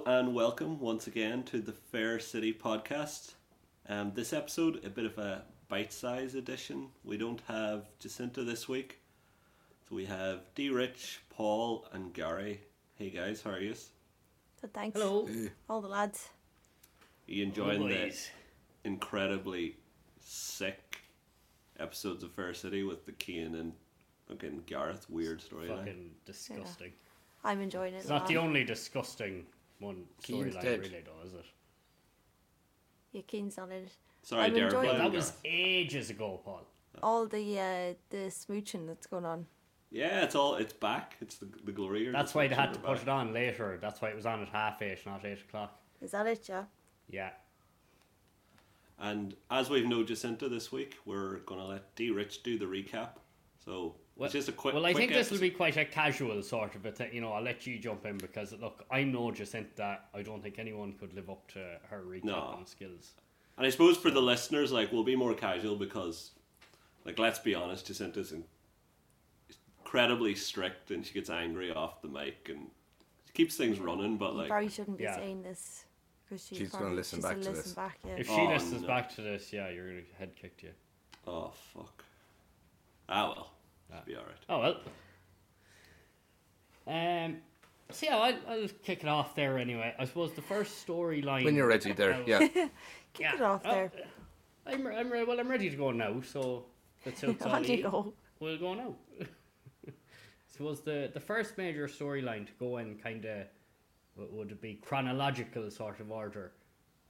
welcome once again to the Fair City podcast. Um, this episode, a bit of a bite size edition. We don't have Jacinta this week, so we have D Rich, Paul, and Gary. Hey guys, how are you? Good, thanks. Hello. All the lads. Are you enjoying this Boys. incredibly sick episodes of Fair City with the Kean and fucking Gareth weird storyline? Fucking disgusting. I'm enjoying it. It's not the man. only disgusting one Keane's storyline, dead. really, though, is it? Yeah, Keane's not in it. Sorry, I'm Derek. enjoying blame it. That Gareth. was ages ago, Paul. All the uh, the smooching that's going on. Yeah, it's all it's back. It's the the glory. years. That's why they had to We're back. put it on later. That's why it was on at half eight, not eight o'clock. Is that it, yeah? Yeah. And as we've no Jacinta this week, we're gonna let D Rich do the recap. So Well, it's just a quick. well, I quick think this episode. will be quite a casual sort of a thing. You know, I'll let you jump in because, look, I know Jacinta. I don't think anyone could live up to her recapping No. skills. And I suppose for the listeners, like we'll be more casual because, like, let's be honest, Jacinta's in- incredibly strict, and she gets angry off the mic and she keeps things running. But you like, probably shouldn't be yeah. saying this. Cause she She's probably, gonna listen she's back gonna to listen this. Back, yeah. If she Oh, listens no. back to this, yeah, you're going to head kicked you. oh fuck, ah well, it'll be all right. Oh well. Um. So yeah, I'll, I'll kick it off there anyway. I suppose the first storyline. When you're ready, there. Yeah. Kick it off Oh, there. I'm, re- I'm re- well. I'm ready to go now. So that suits all on you ye. go. We'll go now. so was the the first major storyline to go in kind of what would it be chronological sort of order?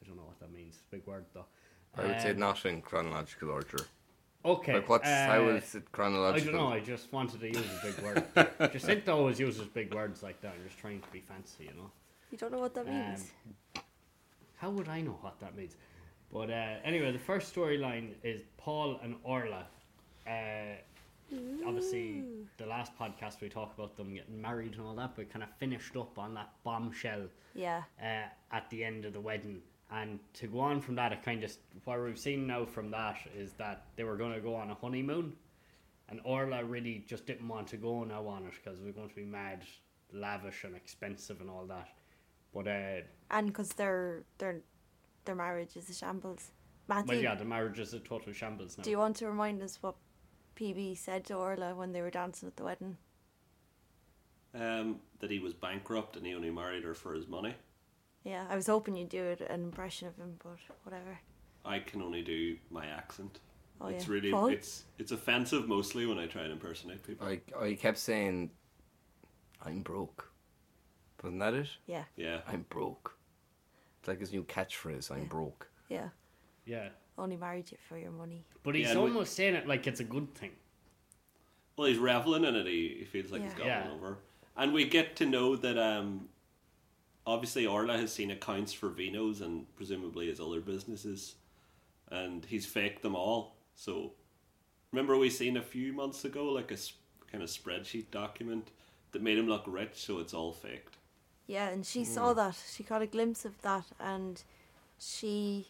I don't know what that means. Big word though. I would say Um, not in chronological order. Okay. Like, what's how uh, is it I chronological? don't know. I just wanted to use a big word. Jacinta always uses big words like that. I'm just trying to be fancy, you know. You don't know what that Um, means. How would I know what that means? But uh, anyway, the first storyline is Paul and Orla. Uh, obviously, the last podcast we talked about them getting married and all that, but kind of finished up on that bombshell yeah. uh, at the end of the wedding. And to go on from that, it kind of what we've seen now from that is that they were going to go on a honeymoon, and Orla really just didn't want to go now on it because it was going to be mad, lavish, and expensive and all that. But uh, And because their their their marriage is a shambles. Matthew, well, yeah, the marriage is a total shambles now. do you want to remind us what PB said to Orla when they were dancing at the wedding? Um, that he was bankrupt and he only married her for his money. Yeah, I was hoping you'd do it, an impression of him, but whatever. I can only do my accent. Oh, it's yeah. really Paul? it's it's offensive mostly when I try and impersonate people. I, I kept saying, I'm broke. Wasn't that it? Yeah, Yeah. I'm broke. It's like his new catchphrase, I'm broke. yeah. yeah, Only married you for your money. but Yeah, he's and we- almost saying it like it's a good thing. Well, he's reveling in it. He, he feels like he's Yeah. got Yeah. one over. And we get to know that um, obviously Orla has seen accounts for Vino's and presumably his other businesses, and he's faked them all. So remember we seen a few months ago like a s- kind of spreadsheet document that made him look rich, so it's all faked. Yeah, and she Mm. saw that. She caught a glimpse of that, and she,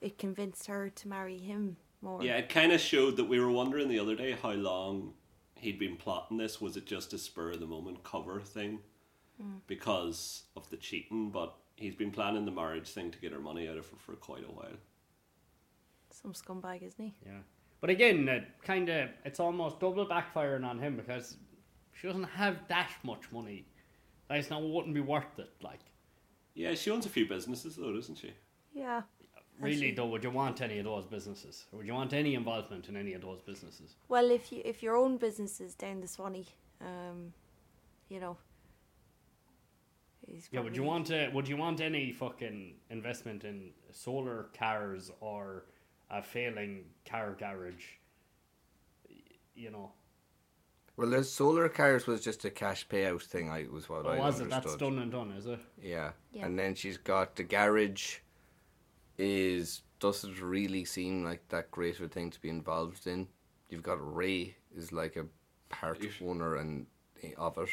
it convinced her to marry him more. Yeah, it kind of showed that we were wondering the other day how long he'd been plotting this. Was it just a spur of the moment cover thing because of the cheating? But he's been planning the marriage thing to get her money out of her for quite a while. Some scumbag, isn't he? Yeah, but again, it kind of it's almost double backfiring on him because she doesn't have that much money. That is now wouldn't be worth it. Like, Yeah, she owns a few businesses though, doesn't she? Yeah. really though, would you want any of those businesses? Would you want any involvement in any of those businesses? Well, if you if your own business is down the Swanee, um, you know. He's Yeah, would you probably- want to, Would you want any fucking investment in solar cars or a failing car garage? Y- You know, Well, the solar cars was just a cash payout thing, I was what or I was it understood. that's done and done? Is it? Yeah. Yeah. And then she's got the garage is doesn't really seem like that great of a thing to be involved in. You've got Ray is like a part owner and eh, of it.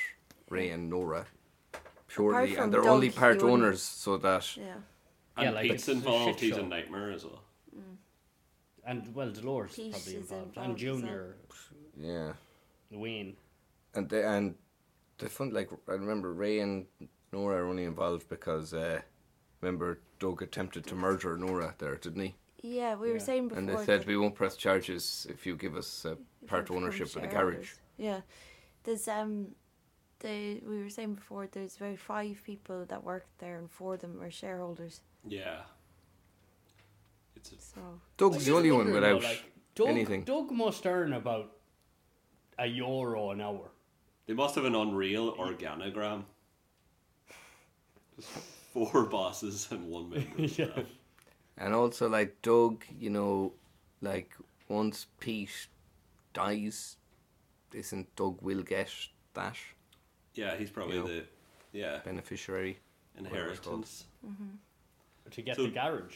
Ray and Nora. Purely from and they're only Doug, you part wouldn't- owners so that Yeah. And Yeah, like, Pete's it's a involved. shit he's a show. nightmare as well. And well, Dolores is Peach probably is involved, involved and as well. Junior yeah. Wayne. And they and the fun like I remember Ray and Nora are only involved because uh Remember, Doug attempted to murder Nora there, didn't he? Yeah, we were Yeah. saying before. And they said that- we won't press charges if you give us uh, if part you become ownership of the garage. shareholders. Yeah, there's um, the we were saying before there's about five people that work there, and four of them are shareholders. Yeah. It's a, So Doug's the only one without. Doug, anything. Doug must earn about a euro an hour. they must have an unreal organogram. Just four bosses and one member. of staff. And also, like Doug, you know, like once Pete dies, isn't Doug will get that Yeah, he's probably You know. the yeah beneficiary? Whatever it's called. inheritance. to get So- the garage.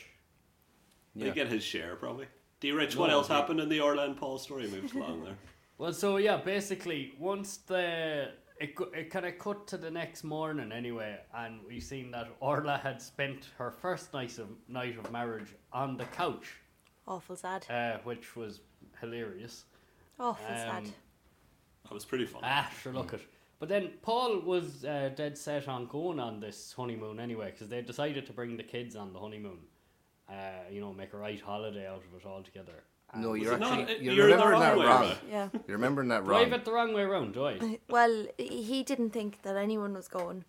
They get his share probably. D. Rich, what No, else they- happened in the Orland Paul story? Moves along there. Well, so yeah, basically, once the it go- it kind of cut to the next morning anyway, and we seen that Orla had spent her first night of night of marriage on the couch, awful sad. uh, which was hilarious. Awful sad. um, That was pretty fun. Ah, sure, look it. But then Paul was uh, dead set on going on this honeymoon anyway, because they decided to bring the kids on the honeymoon. Uh, you know, make a right holiday out of it altogether. No, Was you're it not- actually it- you're, you're the remembering wrong that way wrong. around. Yeah. You're remembering that Do I have wrong. it the wrong way around, do I? Well, he didn't think that anyone was going.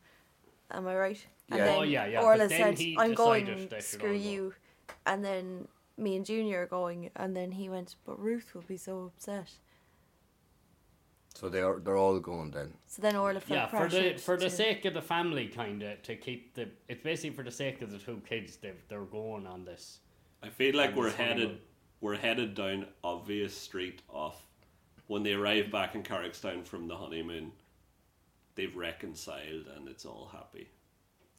Am I right? Yeah. Oh, yeah, yeah, but Orla then said, he "I'm decided going. they should Screw all go. you." And then me and Junior are going, and then he went. But Ruth will be so upset. So they are they're all going then. So then Orla felt yeah, for the pressured for the to- sake of the family, kind of to keep the. It's basically for the sake of the two kids. They they're going on this. I feel like And we're it's funny headed when- we're headed down obvious street off. When they arrive back in Carrickstown from the honeymoon, they've reconciled and it's all happy.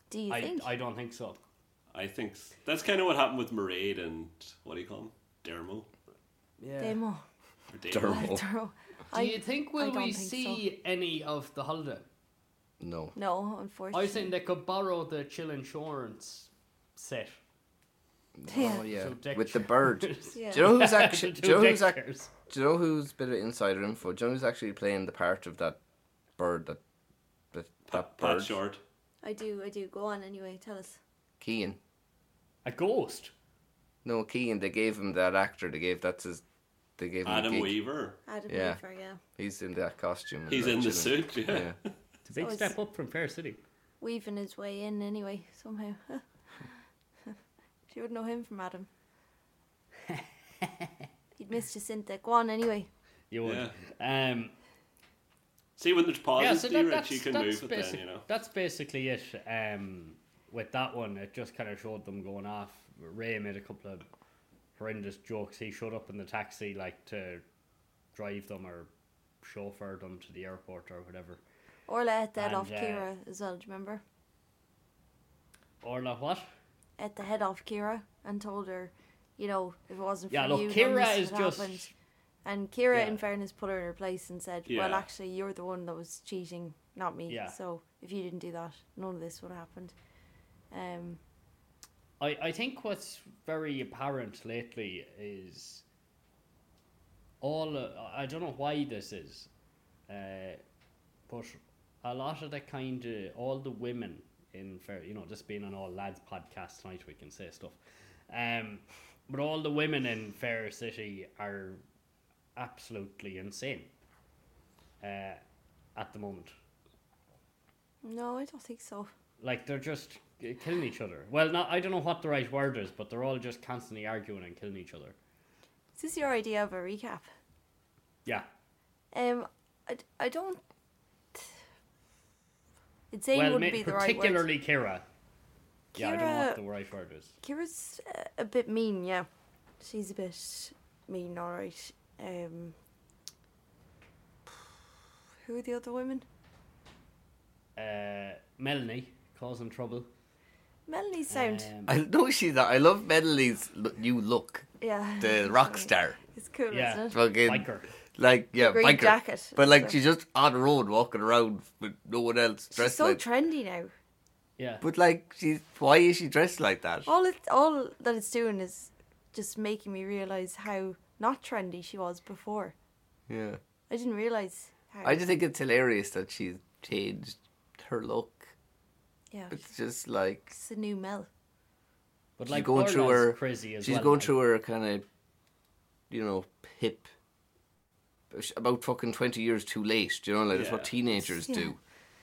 Do you I, think? I don't think so. I think s- that's kind of what happened with Mairead and what do you call him, Dermo Yeah. Demo. or Dermo. Dermo. Oh. Throw- Do I, you think I will don't we think see any of the holiday? No. no, I unfortunately. was thinking they could borrow the chill insurance set. Yeah. Oh yeah. So deck With the chairs. bird. yeah. Do you know who's actually? The do you know two who's ac- deckers. Do you know who's a bit of insider info? Do you know who's actually playing the part of that bird that that, Pat that bird? Short. I do, I do. Go on anyway. Tell us. Kean. A ghost. No, Kean. They gave him that actor. They gave that's his. They gave him the Adam gig. Weaver. Adam Yeah. Weaver, yeah. He's in that costume. and He's that in the chilling. suit, yeah. Yeah. Did they always- step up from Fair City? Weaving his way in anyway, somehow. she would know him from Adam. You'd miss Jacinta. Go on anyway. You would. Um, See when there's yeah, pauses, so D. that, Rich, that's, you can that's move it basic, then, you know. That's basically it. Um, with that one, it just kind of showed them going off. Ray made a couple of horrendous jokes. He showed up in the taxi like to drive them or chauffeur them to the airport or whatever. Orla ate that And, off uh, Kira as well, do you remember? Orla, what? Ate the head off Kira and told her, you know, if it wasn't for Yeah, look, you, none of Kira this is would just. happen. And Kira, Yeah. in fairness, put her in her place and said, Yeah. "Well, actually, you're the one that was cheating, not me. Yeah. So if you didn't do that, none of this would have happened." Um, I, I think what's very apparent lately is all uh, I don't know why this is, uh, but a lot of the kind of all the women in fair you know just being on all lads podcast tonight we can say stuff, um, but all the women in Fair City are absolutely insane. Uh, at the moment, no, I don't think so. like they're just k- killing each other. Well, not I don't know what the right word is, but they're all just constantly arguing and killing each other. Is this your idea of a recap? Yeah, Um, I, d- I don't. Insane well, wouldn't ma- be the right word. particularly Kira. Yeah, I don't know what Kira, the right word is. Kira's uh, a bit mean. Yeah, she's a bit mean. All right. Um, who are the other women? Uh, Melanie causing trouble. Melanie sound. Um, I know she's. I love Melanie's l- new look. yeah. The rock star. It's cool, Yeah. isn't it? Fucking biker. like yeah, green biker. jacket But and like stuff. she's just on her own, walking around with no one else dressed She's so like. trendy now. Yeah, but like she's why is she dressed like that? All it, all that it's doing is just making me realize how not trendy she was before. Yeah. I didn't realize how. I just think it's hilarious that she's changed her look. yeah, It's just like it's a new Mel. But she's like going through Orla's her. crazy as she's well, going like. through her kind of, you know, hip. About fucking twenty years too late. Do you know, like that's what Yeah. teenagers Yeah. do.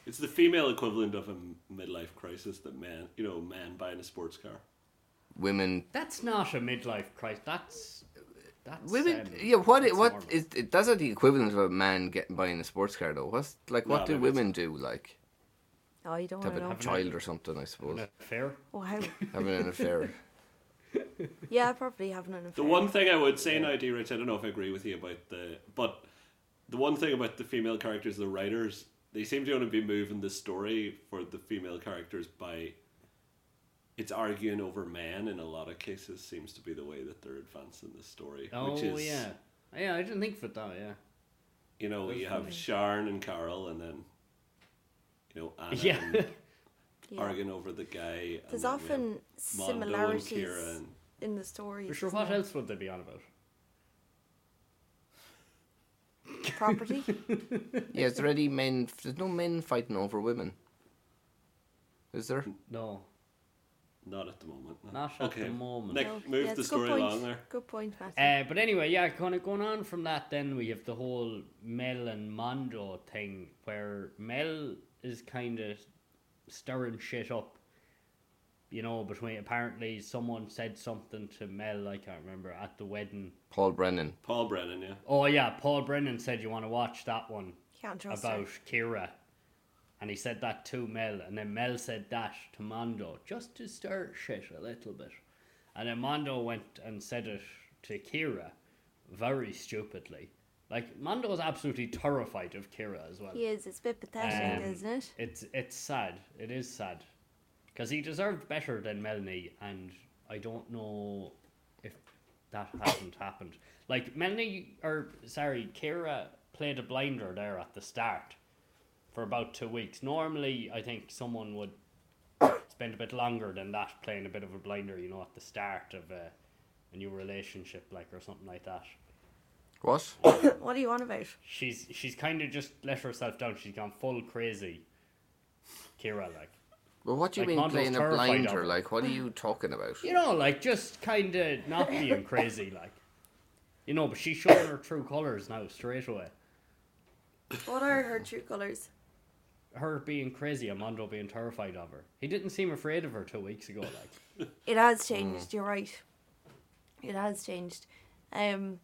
It's the female equivalent of a midlife crisis that men, you know, men buying a sports car. Women That's not a midlife crisis. That's that's Women, um, yeah. What? that's It, what? normal. Is, it doesn't the equivalent of a man getting buying a sports car though. What's like? What No, do no, women do? Like Oh, you don't to want to have a know. child or something? I An suppose affair? Wow. having an affair. Yeah, probably having an The affair. one thing I would say now, D Rich, I don't know if I agree with you about the but the one thing about the female characters, the writers, they seem to only be moving the story for the female characters by it's arguing over men in a lot of cases seems to be the way that they're advancing the story. Oh which is yeah, yeah. I didn't think of it that. Yeah, you know, you have Sharon and Carol and then you know, Anna Yeah. and Yeah. arguing over the guy. and There's then we have often Mondo and similarities Kira and- in the stories. for sure. isn't What there? else would they be on about? Property. yeah, is there any men? There's no men fighting over women. Is there? No, Not at the moment. no. Not at the moment. Nick, No. move Yeah, the it's a good story point. along there. Good point, Matt. Uh, but anyway, yeah, kind of going on from that, then we have the whole Mel and Mondo thing where Mel is kind of stirring shit up, you know, between apparently someone said something to Mel, I can't remember, at the wedding. Paul Brennan. Paul Brennan, yeah. Oh, yeah, Paul Brennan said, You want to watch that one Can't trust her. about Kira. And he said that to Mel, and then Mel said that to Mondo, just to stir shit a little bit. And then Mondo went and said it to Kira, very stupidly. Like, Mondo is absolutely terrified of Kira as well. He is. It's a bit pathetic, Um, isn't it? It's, it's sad. It is sad. Because he deserved better than Melanie, and I don't know if that hasn't happened. Like, Melanie, or sorry, Kira played a blinder there at the start for about two weeks. Normally, I think someone would spend a bit longer than that playing a bit of a blinder, you know, at the start of a, a new relationship, like, or something like that. What? What do you want about? She's she's kind of just let herself down. She's gone full crazy, Kira, like. Well, what do you Like, mean Mondo's playing a terrified of blinder? her. Like, what are you talking about? You know, like just kind of not being crazy, like. You know, but she's showing her true colours now straight away. What are her true colours? Her being crazy, Amando being terrified of her. He didn't seem afraid of her two weeks ago, like. It has Mm. changed. You're right. It has changed. Um,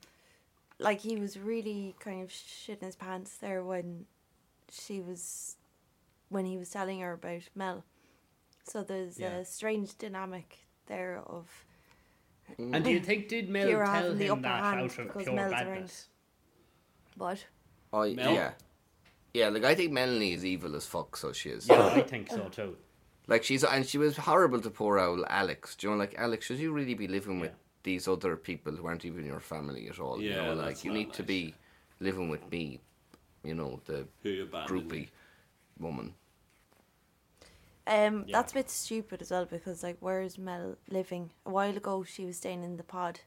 like he was really kind of shitting his pants there when she was, when he was telling her about Mel. So there's Yeah. a strange dynamic there of And do you think did Mel Mm. Kira tell having the him upper that hand out of because pure Mel's around. badness? what? I, Mel? Yeah. Yeah, like I think Melanie is evil as fuck, so she is. Yeah, I think so too. Like she's and she was horrible to poor old Alex. Do you know, like Alex, should you really be living with Yeah. these other people who aren't even your family at all? you Yeah, know, that's like you not need to nice. be living with me. You know, the Who you abandoned. groupie woman. Um, Yeah. that's a bit stupid as well because like, where's Mel living? A while ago, she was staying in the pod.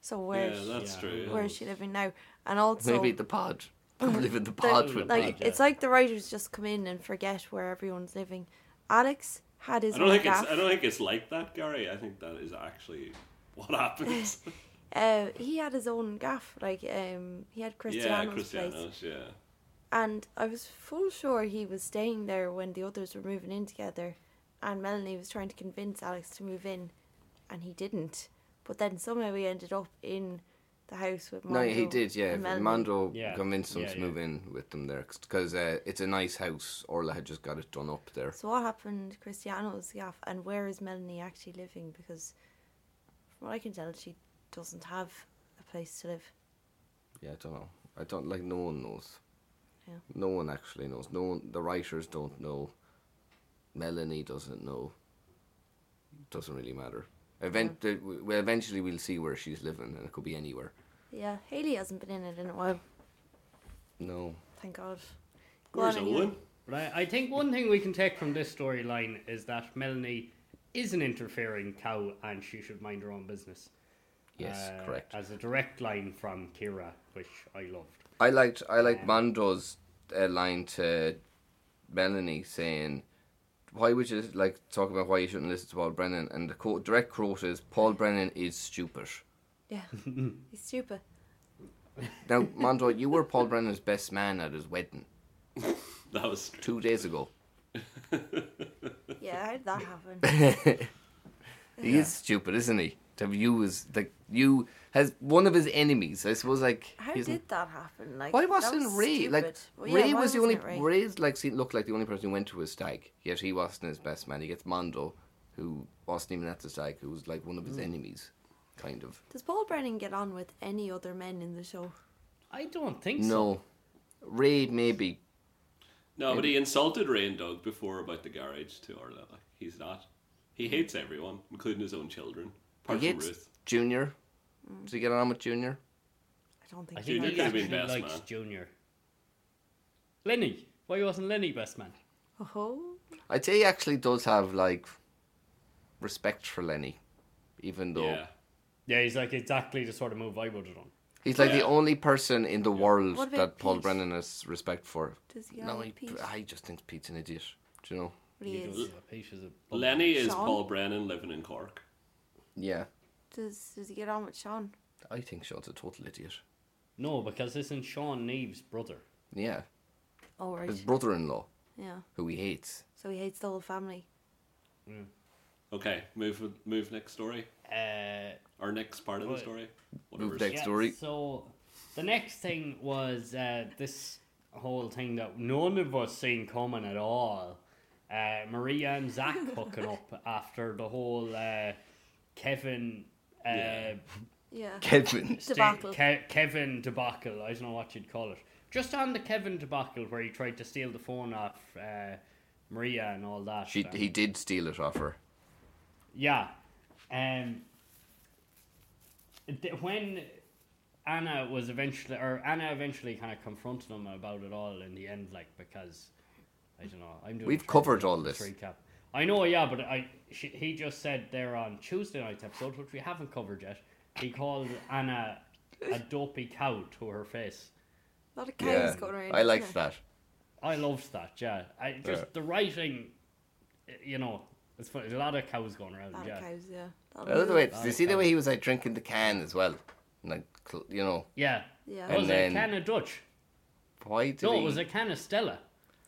So where's yeah, that's Yeah. true. where's she living now? And also Maybe the pod. Live in the pod Like- with like me. yeah. it's like the writers just come in and forget where everyone's living. Alex had his I don't own think it's. gaff. I don't think it's like that, Gary. I think that is actually what happens. Uh, he had his own gaff. Like um, he had yeah, Cristiano's place, Cristiano's. Yeah, and I was full sure he was staying there when the others were moving in together, and Melanie was trying to convince Alex to move in, and he didn't. But then somehow he ended up in the house with No, Mondo. he did, yeah. and Melanie. Mondo Yeah. convinced him Yeah, to yeah. move in with them there because uh, it's a nice house. Orla had just got it done up there. So what happened to Cristiano's gaff and where is Melanie actually living? Because from what I can tell she doesn't have a place to live. Yeah, I don't know. I don't like. No one knows. Yeah. No one actually knows. No one. The writers don't know. Melanie doesn't know. Doesn't really matter. Event. uh, Well, eventually we'll see where she's living, and it could be anywhere. Yeah, Haley hasn't been in it in a while, No. thank God. Go where's on anyway. Owen? But I, I think one thing we can take from this storyline is that Melanie is an interfering cow and she should mind her own business. Yes, Uh, correct. As a direct line from Kira, which I loved. I liked. I liked Mondo's uh, line to Melanie saying, why would you like talk about why you shouldn't listen to Paul Brennan? And the quote, direct quote is Paul Brennan is stupid. Yeah, he's stupid. Now, Mondo, you were Paul Brennan's best man at his wedding That was true. two days ago. Yeah, how did that happen? He is stupid, isn't he? To you is like you has one of his enemies. I suppose like How he's- did that happen? Like Why that wasn't was Ray like stupid. Well, yeah, Ray why was the only wasn't it Ray? Ray? Ray's like seemed, looked like the only person who went to his stag. Yet he wasn't his best man. He gets Mondo, who wasn't even at the stag, who was like one of his Hmm. enemies, kind of. Does Paul Brennan get on with any other men in the show? I don't think so. No, Ray maybe. No, but he insulted Ray and Doug before about the garage to Orla. Like, he's not. Mm-hmm. He hates everyone, including his own children. Apart he from hates Ruth. Junior. Hmm. Does he get on with Junior? I don't think. I think Junior he could've been actually best likes man. Junior. Lenny. Why wasn't Lenny best man? Oh, I'd say he actually does have like respect for Lenny, even though Yeah. Yeah, he's like exactly the sort of move I would have done. he's like Yeah. the only person in the world What about that Paul Pete? Brennan has respect for. does he? No, have he, Pete? I just think Pete's an idiot. Do you know? He You is. don't know, Peach is a bum. Lenny is Sean? Paul Brennan living in Cork. Yeah. Does Does he get on with Sean? I think Sean's a total idiot. No, because this is Sean Neve's brother. Yeah. Oh right. His brother in law, Yeah. who he hates. So he hates the whole family. Okay, move move next story. Uh, Or next part of the Right. story. Whatever. next. story. So the next thing was uh, this whole thing that none of us seen coming at all. Uh, Maria and Zach hooking up after the whole uh, Kevin. Uh, Yeah. Yeah. Kevin. sta- Debacle. Ke- Kevin debacle. I don't know what you'd call it. Just on the Kevin debacle where he tried to steal the phone off uh, Maria and all that. She, and- he did steal it off her. Yeah. Um, th- when Anna was eventually, or Anna eventually kind of confronted him about it all in the end, like, because, I don't know, I'm doing a We've three- covered all this. three Recap. I know, yeah, but I she, he just said there on Tuesday night's episode, which we haven't covered yet, he called Anna a dopey cow to her face. A lot of cows Yeah. going around. I isn't liked there? that. I loved that, yeah. I just, Yeah. the writing, eh, you know, it's funny, there's a lot of cows going around, A lot yeah. of cows. Oh, Yeah. A lot I love of the way, milk. you see the way he was like drinking the can as well? Like, cl- you know, Yeah. Yeah. And was then- it a can of Dutch? why did No, he... it was a can of Stella.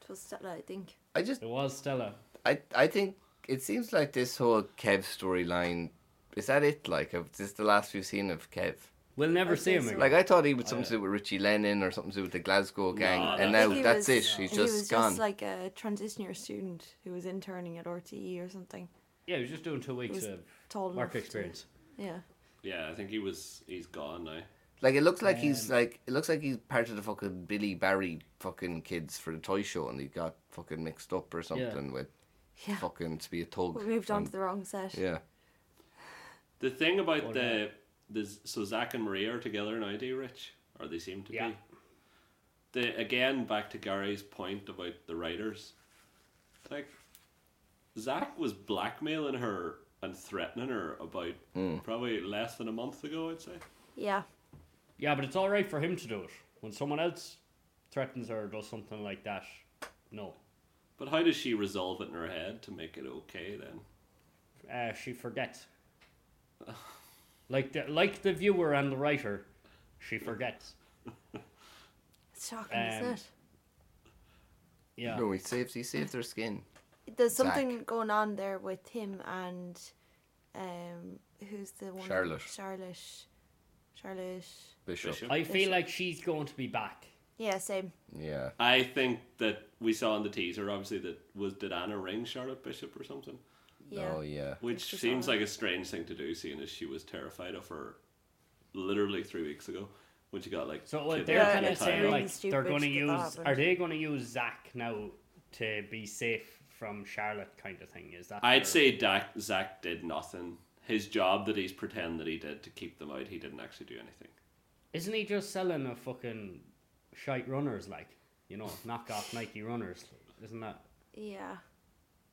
It was Stella, I think. I just, It was Stella. I, I think it seems like this whole Kev storyline, is that it? Like, of- this is the last we've seen of Kev? We'll never I'd see say him so. again. Like, I thought he was something to do with Richie Lennon or something to do with the Glasgow gang, No, and I now think he that's was- it. He's he just was gone. just like a transition year student who was interning at RTE or something. yeah, he was just doing two weeks was of Told work experience. Yeah. Yeah, I think he was he's gone now. Like it looks like he's like it looks like he's part of the fucking Billy Barry fucking kids for the toy show, and he got fucking mixed up or something with Yeah. fucking to be a tug. We moved on and- to the wrong set. Um, yeah, The thing about What the the so Zach and Maria are together now, do you, Rich? Or they seem to Yeah. be. The again back to Gary's point about the writers. Like Zach was blackmailing her and threatening her about probably less than a month ago, I'd say. Yeah. Yeah, but it's all right for him to do it. When someone else threatens her or does something like that, no. But how does she resolve it in her head to make it okay then? Uh, she forgets. like the like the viewer and the writer, she forgets. It's shocking, Um, isn't Yeah. no, he saved he saved their skin. it? There's something going on there with him and um who's the one Charlotte. Charlotte. Charlotte. Bishop. Bishop. I feel like she's going to be back. Yeah, same. Yeah, I think that we saw in the teaser obviously that was did Anna ring Charlotte Bishop or something? Yeah. oh yeah. Which It's seems bizarre. like a strange thing to do, seeing as she was terrified of her literally three weeks ago when she got like. So like, kidnapped they're Yeah, and kind of it's tied saying up. really like they're stupid going to that use that happened. are they going to use Zach now to be safe from Charlotte kind of thing? Is that their- I'd say Dak, Zach did nothing. His job that he's pretending that he did to keep them out, he didn't actually do anything. Isn't he just selling a fucking shite runners like? You know, knockoff Nike runners. Isn't that? Yeah.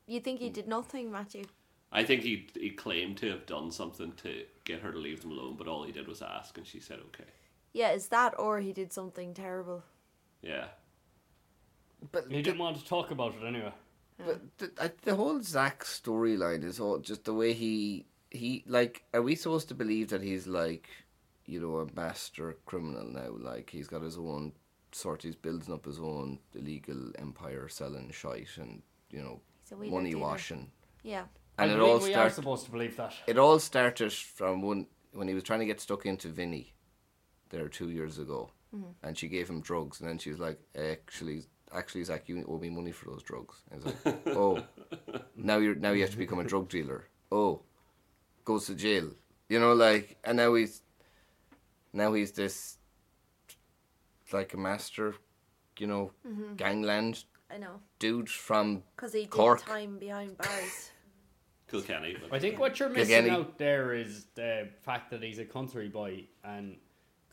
You think Hmm. he did nothing, Matthew? I think he he claimed to have done something to get her to leave them alone, but all he did was ask, and she said okay. Yeah, is that or he did something terrible? Yeah, But He didn't want to talk about it anyway. But the, I- the whole Zach storyline is all just the way he he like. Are we supposed to believe that he's like, you know, a master criminal now? Like he's got his own sort. He's building up his own illegal empire, selling shite and you know, He's a wheeler money dealer. washing. Yeah. And I it believe all we are starts. supposed to believe that. It all started from when when he was trying to get stuck into Vinny, there two years ago, and she gave him drugs, and then she was like, "Actually, actually, Zach, you owe me money for those drugs." And he's like, "Oh, now you're now you have to become a drug dealer." Oh, goes to jail, you know, like, and now he's now he's this like a master, you know, gangland I know. dude from Because he did Cork. time behind bars. Kilkenny. I But think what you're missing Kilkenny. out there is the fact that he's a country boy and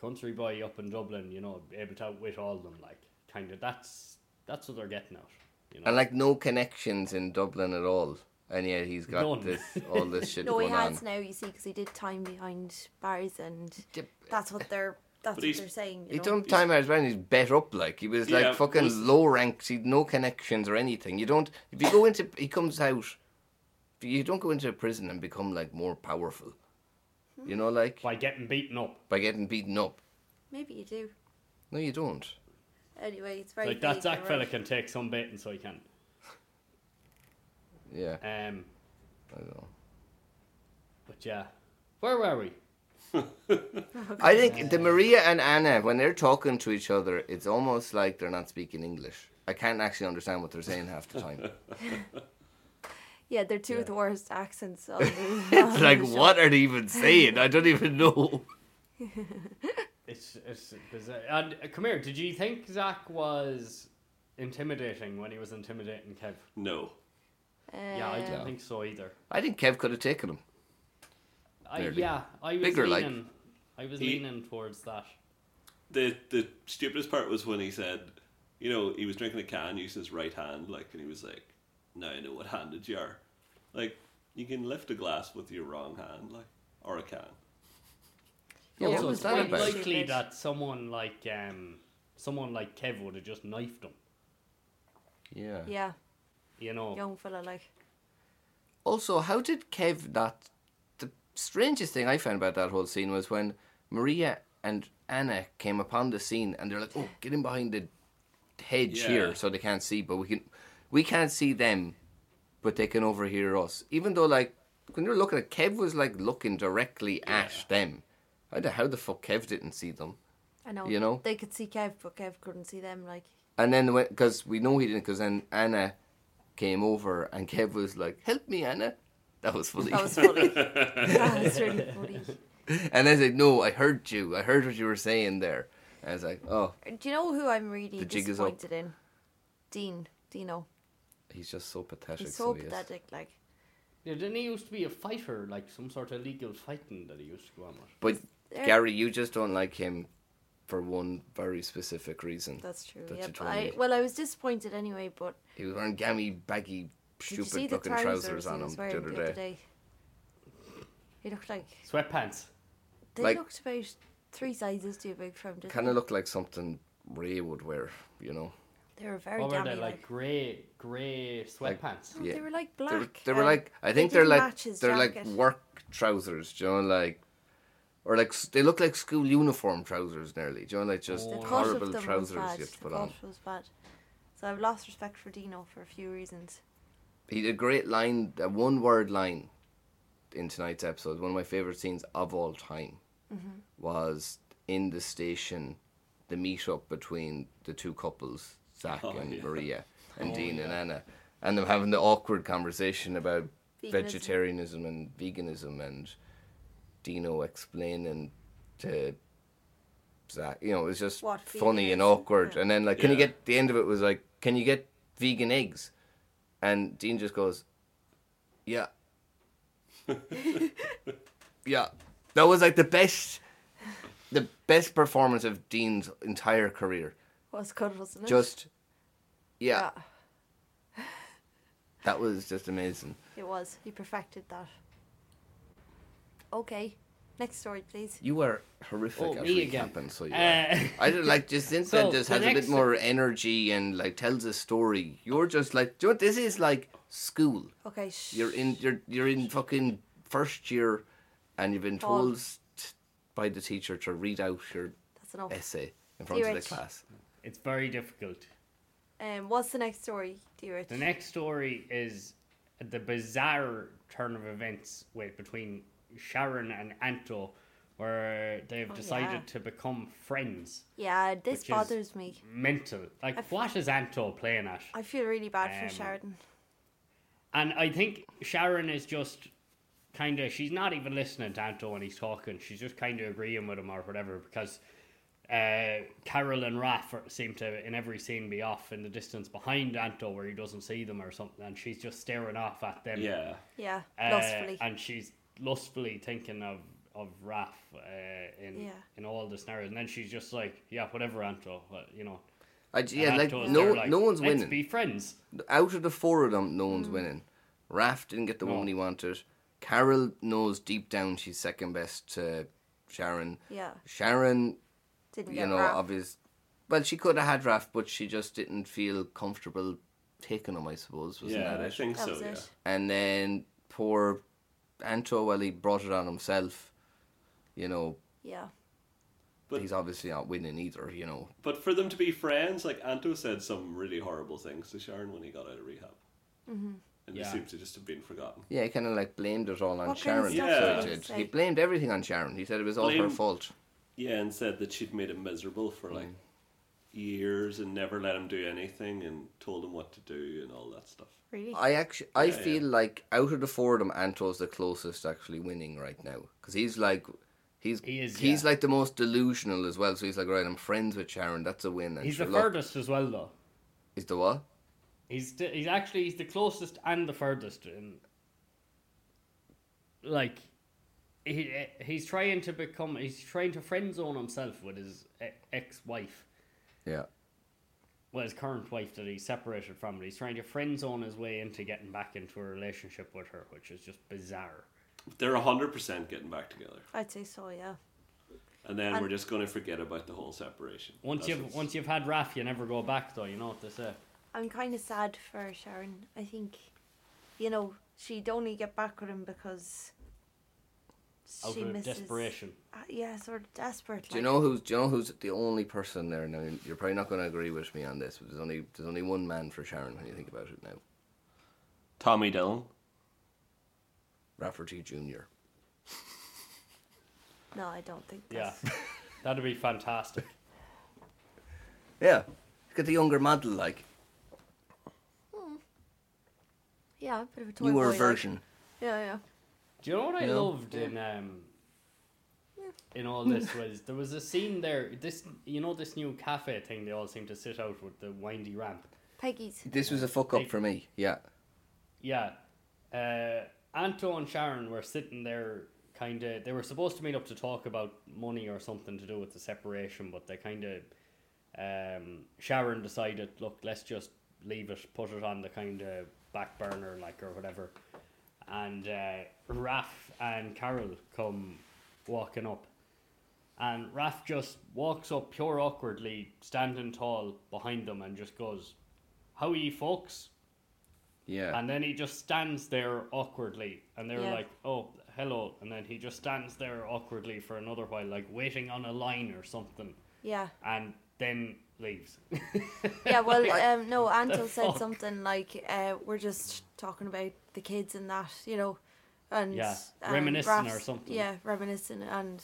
country boy up in Dublin, you know, able to outwit all of them, like kind of that's that's what they're getting out. You know, and like no connections in Dublin at all, and yet he's got None. this all this shit no, he going on. has now, you see, because he did time behind bars, and Yep. that's what they're that's But what he's- they're saying. You He know? done time out when he's bet up like he was like Yeah, fucking was- low ranked. He'd no connections or anything. You don't if you go into he comes out, you don't go into a prison and become like more powerful. Hmm. You know, like by getting beaten up. by getting beaten up. Maybe you do. No, you don't. Anyway, it's very like that vague, Zach you're fella right. can take some baiting, so he can. Yeah, Um, I don't know. but yeah, where were we? I think the Maria and Anna, when they're talking to each other, it's almost like they're not speaking English. I can't actually understand what they're saying half the time. Yeah, they're two of the worst accents. Uh, On the, It's like, what are they even saying? I don't even know. It's it's bizarre. And uh, come here. Did you think Zach was intimidating when he was intimidating Kev? no. Uh, Yeah, I didn't Um, think so either. I think Kev could have taken him. I, Nearly. yeah, I was Bigger, like. leaning. I was He- leaning towards that. The the stupidest part was when he said, you know, he was drinking a can using his right hand, like, and he was like, "Now I know what handed you are." Like, you can lift a glass with your wrong hand, like, or a can. Yeah, Also, what was it's that quite about? like- likely Stupid. that someone like um, someone like Kev would have just knifed him. Yeah. Yeah, You know, young fella, like. Also, how did Kev not? The strangest thing I found about that whole scene was when Maria and Anna came upon the scene, and they're like, "Oh, get in behind the hedge Yeah. here, so they can't see, but we can, we can't see them, but they can overhear us." Even though, like, when you're looking at Kev was like looking directly at them. I don't know how the fuck Kev didn't see them. I know. You know? They could see Kev, but Kev couldn't see them, like. And then because we know he didn't, because then Anna came over and Kev was like, "Help me, Anna." That was funny. That was funny. that was really funny. and then he's like, "No, I heard you. I heard what you were saying there." And I was like, "Oh, Do you know who I'm really The jig is up. disappointed in? Dean. Dino. he's just so pathetic." He's so he is. pathetic, like. yeah, didn't he used to be a fighter, like some sort of legal fighting that he used to go on with? But There- Gary, you just don't like him for one very specific reason. That's true. That yeah, you but told I, me. well, I was disappointed anyway, but He was wearing gammy, baggy, did you see stupid the looking trousers, trousers, he on him was the wearing other day. He looked like Sweatpants. they Like- looked about three sizes too big for him. Didn't Kind they? of looked like something Ray would wear, you know. They were very What were gammy. they like, like? Grey, grey sweatpants. No, Yeah. They were like They were, black. they were um, like I they think they're didn't like match his they're like jacket. work trousers, do you know, like or like s- they look like school uniform trousers nearly, do you know, like just The Oh. cut of horrible them was trousers you bad. have to the put cut on. was bad. So I've lost respect for Dino for a few reasons. He did a great line, a one word line in tonight's episode. One of my favourite scenes of all time Mm-hmm. was in the station, the meetup between the two couples, Zach Oh, and yeah. Oh, Maria, and Dean and Anna, and them having the awkward conversation about Veganism. vegetarianism and veganism, and Dino explaining to Zach, you know, it was just What funny and veganism? awkward. Yeah. And then, like, can you Yeah. get the end of it was like, can you get vegan eggs? And Dean just goes, yeah. yeah. That was like the best the best performance of Dean's entire career. Was good, wasn't it? Just yeah. yeah, That was just amazing. it was. He perfected that. Okay, Next story, please. You are horrific Oh, at me again. recapping, so you are. Uh, I don't like just since So, then just the has a next- bit more energy and like tells a story. You're just like do you know what this is like school. Okay. Sh- You're in you're you're in fucking first year and you've been Paul. told t- by the teacher to read out your That's enough. essay in front of the Rich. class. it's very difficult. Um, what's the next story, dear Rich? The next story is the bizarre turn of events with between Sharon and Anto, where they've Oh, decided yeah. to become friends. yeah, this Which is- bothers me. Mental. Like, I've- what is Anto playing at? I feel really bad Um, for Sheridan. And I think Sharon is just kind of she's not even listening to Anto when he's talking. She's just kind of agreeing with him or whatever because uh, Carol and Raph are- seem to in every scene be off in the distance behind Anto where he doesn't see them or something, and she's just staring off at them. Yeah. Yeah, Uh, lustfully. and she's lustfully thinking of of Raph uh, in Yeah. in all the scenarios, and then she's just like, yeah, whatever, Anto, uh, you know. I, yeah, And like Anto's no there like, no one's Let's winning. Be friends. out of the four of them, no one's Mm. winning. Raph didn't get the No. woman he wanted. Carol knows deep down she's second best to Sharon. yeah, Sharon, didn't you get know, Raph. obvious. Well, she could have had Raph, but she just didn't feel comfortable taking him. I suppose wasn't yeah, that I it? think That so. was Yeah. it. And then poor Anto, well, he brought it on himself. You know, Yeah, But- he's obviously not winning either. You know, But for them to be friends, like Anto said some really horrible things to Sharon when he got out of rehab. Mm-hmm. And Yeah. he seems to just have been forgotten. yeah, he kind of like blamed it all on What kind Sharon. of stuff so did he he did. say? He blamed everything on Sharon. He said it was all her Blame- fault. Yeah, and said that she'd made him miserable for like years and never let him do anything and told him what to do and all that stuff. really. I actually, I Yeah, feel like out of the four of them, Anto's the closest actually winning right now because he's like, he's He is, he's yeah. like the most delusional as well. So he's like, right, I'm friends with Sharon. That's a win. And He's sure, the look, furthest as well, though. He's the what? He's the, he's actually he's the closest and the furthest in. Like, he eh, he's trying to become he's trying to friend zone himself with his eh, ex wife, Yeah, well his current wife that he's separated from. But he's trying to friend zone his way into getting back into a relationship with her, which is just bizarre. They're 100% getting back together. I'd say so. Yeah. And then And- we're just going to forget about the whole separation. Once That's you've what's- once you've had Raph, you never go back, though. You know what they say. I'm kind of sad for Sharon. I think, you know, she'd only get back with him because Out she of misses. desperation. Uh, yeah, sort of desperate. Do you like. know who's? Do you know who's the only person there now? You're probably not going to agree with me on this, but there's only there's only one man for Sharon when you think about it now. Tommy Dillon. Rafferty Jr. No, I don't think. Yeah, That's... that'd be fantastic. Yeah, look at the younger model. Like Yeah. Yeah, a bit of a toy boy, newer like. version. Yeah, yeah. Do you know what I No. loved in um in all this was there was a scene there this you know this new cafe thing they all seem to sit out with the windy ramp. Peggy's. This was a fuck up Hey. for me. Yeah, Yeah. Uh Anto and Sharon were sitting there kinda they were supposed to meet up to talk about money or something to do with the separation, but they kinda um Sharon decided, look, let's just leave it, put it on the kinda back burner like or whatever. And uh Raph and Carol come walking up. And Raph just walks up pure awkwardly, standing tall behind them and just goes, How are you folks? yeah. And then he just stands there awkwardly, and they're Yeah. like, "Oh, hello," and then he just stands there awkwardly for another while, like waiting on a line or something, Yeah. and then leaves. Yeah, well, um, no, Anto said fuck? something like, uh, we're just talking about the kids and that, you know, and Yeah, and reminiscing Raph- or something. Yeah, reminiscing, and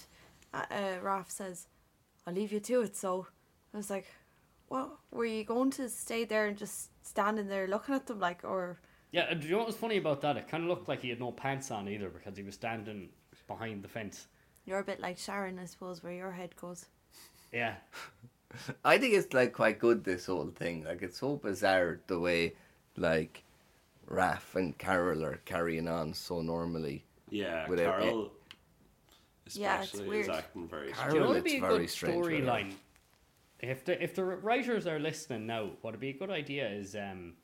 uh, uh, Raph says, "I'll leave you to it." So I was like, "What were you going to stay there and just standing there looking at them like?" Or yeah, and do you know what was funny about that? It kind of looked like he had no pants on either because he was standing behind the fence. you're a bit like Sharon, I suppose, where your head goes. Yeah, I think it's like quite good this whole thing. Like it's so bizarre the way like Raph and Carol are carrying on so normally. Yeah, Without it. Carol. Yeah, it's Especially is weird. acting very Carol- Do you know Well, what'd it's be a very good strange, really. storyline? If the if the writers are listening now, what'd be a good idea is um,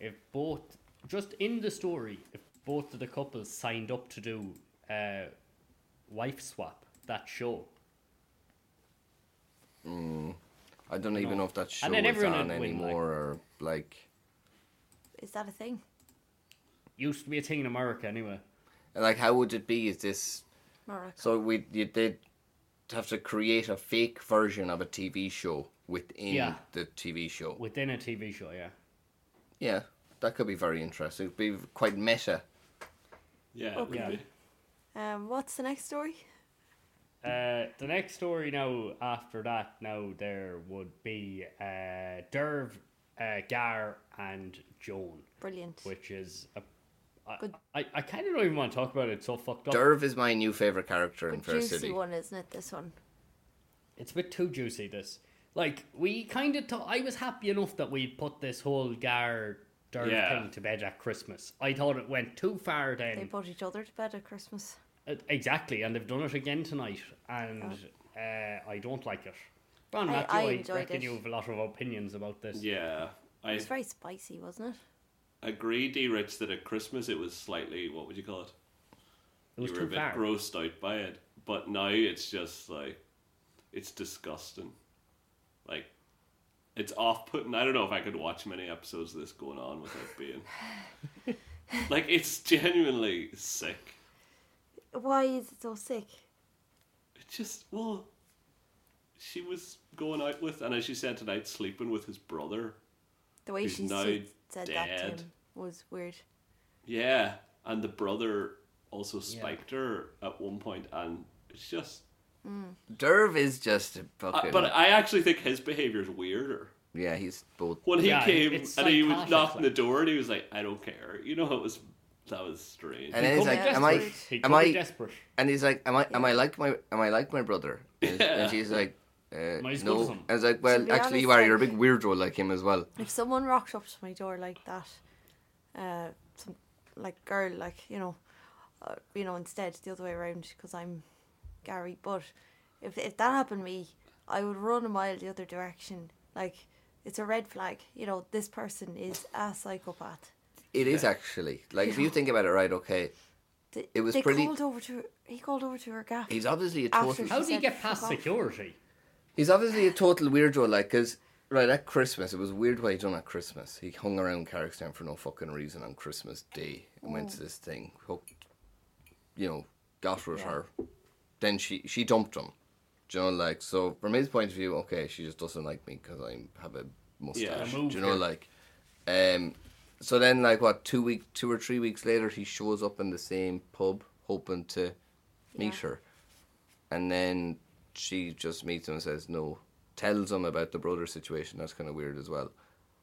if both just in the story, if both of the couples signed up to do uh, Wife Swap, that show. I don't even know if that show And then is everyone on would win, like- anymore or like. Is that a thing? Used to be a thing in America anyway. Like, how would it be? Is this Morocco. so? We you did have to create a fake version of a TV show within Yeah. the TV show. Within a TV show, yeah. Yeah, that could be very interesting. It'd be quite meta. Yeah, it would Okay. be. Um, what's the next story? Uh, the next story now after that now there would be uh, Derv, uh, Gar, and Joan, Brilliant. which is a, I, Good. I, I kind of don't even want to talk about it. It's so fucked up. Derv is my new favorite character in Good Fair juicy City. one, isn't it? This one. It's a bit too juicy. This like we kind of. thought I was happy enough that we put this whole Gar Derv Yeah. thing to bed at Christmas. I thought it went too far then. They put each other to bed at Christmas. Uh, Exactly, and they've done it again tonight, and uh, I don't like it. Ron, I- Matthew, I I, enjoyed reckon it. you have a lot of opinions about this. Yeah, It I was very spicy, wasn't it? agree, D. Rich, that at Christmas it was slightly what would you call it? it was you were a too bit far. grossed out by it, but now it's just like it's disgusting. Like it's off-putting. I don't know if I could watch many episodes of this going on without being like it's genuinely sick. Why is it so sick? It just well, she was going out with, and as she said tonight, sleeping with his brother. The way He's she now said, said that to dead. him was weird. Yeah, and the brother also spiked her at one point, and it's just. Derv is just a I- fucking. Uh, but I actually think his behavior is weirder. yeah, he's both. When he Yeah, came it's and he was psychotic, knocking the like- door, and he was like, "I don't care," you know, it was that was strange. And then He he's could be like, "Am I? desperate. He Am could be I?" desperate. And he's like, "Am I? Am I like my? Am I like my brother?" And, Yeah. and she's like, uh, Might as well "No." some. I was like, To "Well, be actually, you honest, are. You're a like- big weirdo like him as well." If someone rocked up to my door like that, uh, some like girl, like you know, uh, you know, instead the other way around because I'm Gary. But if if that happened to me, I would run a mile the other direction. Like it's a red flag. You know, this person is a psychopath. It is actually like if you think about it, right? Okay, Th- It was they pretty- called over to he called over to her gaff. he's obviously a After total. she How do you said, get past "Fuck off." security? He's obviously a total weirdo. Like, cause right at Christmas, it was weird what he done at Christmas. He hung around Carrickstown for no fucking reason on Christmas Day and went to this thing. Hooked, you know, got with her. Then she she dumped him. Do you know, like so from his point of view, okay, she just doesn't like me because I have a mustache. move do you know, here. like, um, so then like what two week, two or three weeks later, he shows up in the same pub hoping to meet Yeah. her, and then she just meets him and says no, tells him about the brother situation. That's kind of weird as well.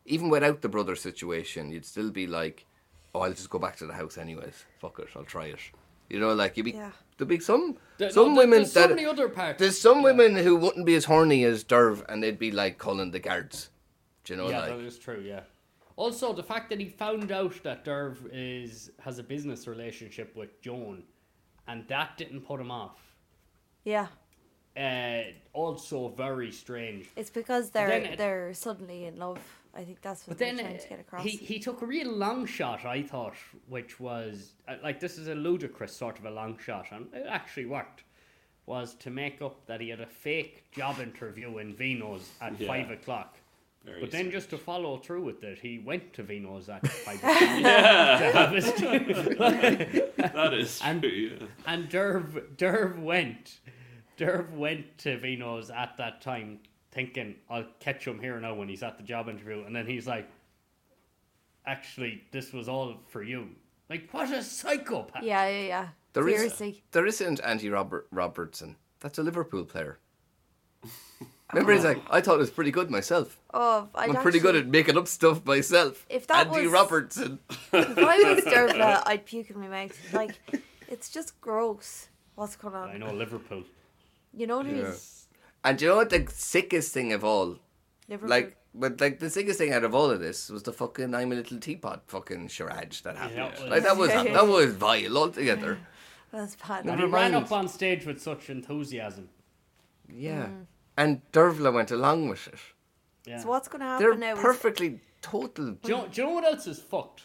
Even without the brother situation, you'd still be like, oh, I'll just go back to the house anyways. Fuck it, I'll try it. You know, like you'd be Yeah. there'd be some There- no, some there- women there's so that many other parts. there's some women who wouldn't be as horny as Derv, and they'd be like calling the guards. Do you know, yeah, that like is true. Yeah. Also, the fact that he found out that Derv is has a business relationship with Joan, and that didn't put him off. Yeah, Uh, also very strange. it's because they're then it- they're suddenly in love. I think that's what But they're then trying to get uh, across. he, he took a real long shot, I thought, which was uh, like this is a ludicrous sort of a long shot, and it actually worked. Was to make up that he had a fake job interview in Vino's at Yeah. five o'clock. Very But then, strange. just to follow through with it, he went to Vino's at five o'clock. that is And- true. Yeah. and Derv, Derv went. Derv went to Vino's at that time, thinking, I'll catch him here now when he's at the job interview. And then he's like, Actually, this was all for you. Like, what a psychopath. yeah, yeah, yeah. there is- Seriously. there isn't Andy Robert Robertson. That's a Liverpool player. Remember, he's like, I thought it was pretty good myself. Oh, i I'm pretty good at making up stuff myself. If that Andy was- Robertson. If I was Dervla, I'd puke in my mouth. Like, it's just gross. What's going on? I know, Liverpool. You know what it Yeah. is? And you know what the sickest thing of all? Liverpool. Like, but like the sickest thing out of all of this was the fucking I'm a little teapot fucking charade that happened. that was- Like that was that was vile altogether. that's bad. And Never he ran mind. up on stage with such enthusiasm. Yeah. Mm. And Dervla went along with it. Yeah. So what's going to They're happen now? is- perfectly total. Hmm. do, you know, do you know what else is fucked?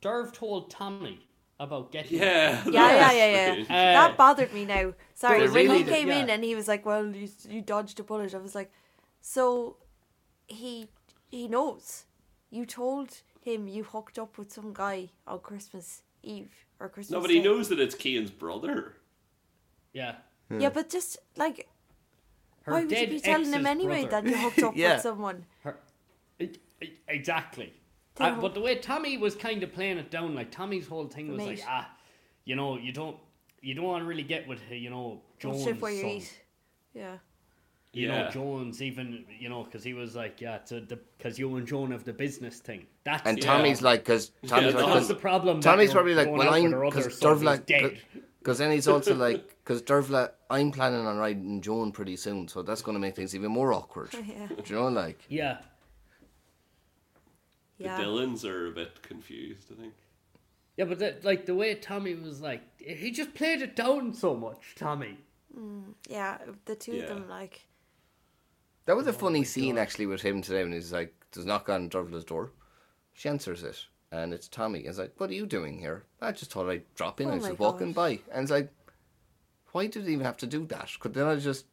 Derv told Tommy about getting it. Yeah. yeah, that's yeah, yeah. strange. Uh, that bothered me now. Sorry, They when really he did, came in yeah. and he was like, "Well, you, you dodged a bullet," I was like, "So, he he knows. You told him you hooked up with some guy on Christmas Eve or Christmas." No, but he Day. knows that it's Kean's brother. Yeah. Yeah, but just like, why would you be telling him ex's anyway brother. that you hooked up Yeah. with someone? Her- e- e- exactly. They Uh, were- but the way Tommy was kind of playing it down, like Tommy's whole thing was Mate. like, ah, you know, you don't, you don't want to really get with, you know, Don't Jones. shit where you son. eat. Yeah, you know Yeah. Jones even you know because he was like yeah to the because you and Joan have the business thing that's And the- Tommy- Tommy's like, because Tommy's Yeah, like, that that's was cause the problem that Tommy's you're probably like, going well, out with I'm her other because son who's Dervla, dead because then he's also like, because Dervla, I'm planning on riding Joan pretty soon, so that's going to make things even more awkward. Yeah. Do you know, like, yeah yeah. The Dylans are a bit confused, I think. yeah but the, like the way Tommy was like he just played it down so much Tommy Yeah, the two Yeah. of them, like, that Oh was a funny scene actually with him today when he's like, does knock on Dervla's door. She answers it, and it's Tommy. He's like, what are you doing here? I just thought I'd drop in. Oh I my was just walking gosh. by. And it's like, why did he even have to do that? Could they not just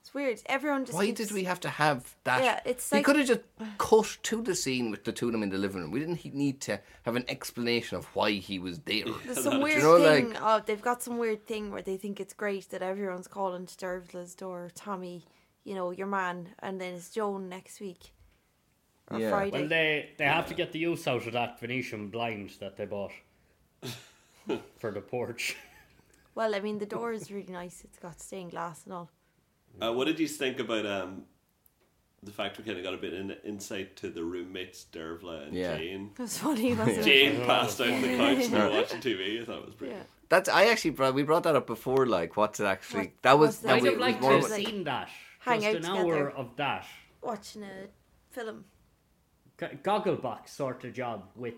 it's weird. Everyone just. Why keeps- did we have to have that? Yeah, it's he like- could have just cut to the scene with the two of them in the living room. We didn't he- need to have an explanation of why he was there. There's some weird know, thing. like- oh, they've got some weird thing where they think it's great that everyone's calling to Dervla's door, Tommy, you know, your man, and then it's Joan next week or Yeah. Friday. well they they have to get the use out of that Venetian blind that they bought for the porch well, I mean, the door is really nice. It's got stained glass and all. Uh, what did you think about um, the fact we kind of got a bit in, insight to the roommates, Dervla and Yeah. Jane? It was funny, wasn't it? Jane passed out on the couch and they were watching TV. I thought it was pretty. Yeah. That's I actually brought we brought that up before. Like, what's it actually? What- that was what's that that? I'd we, have it was liked to more have was about- like, seen that hang just out an hour together. of that Watching a film. G- Gogglebox sort of job with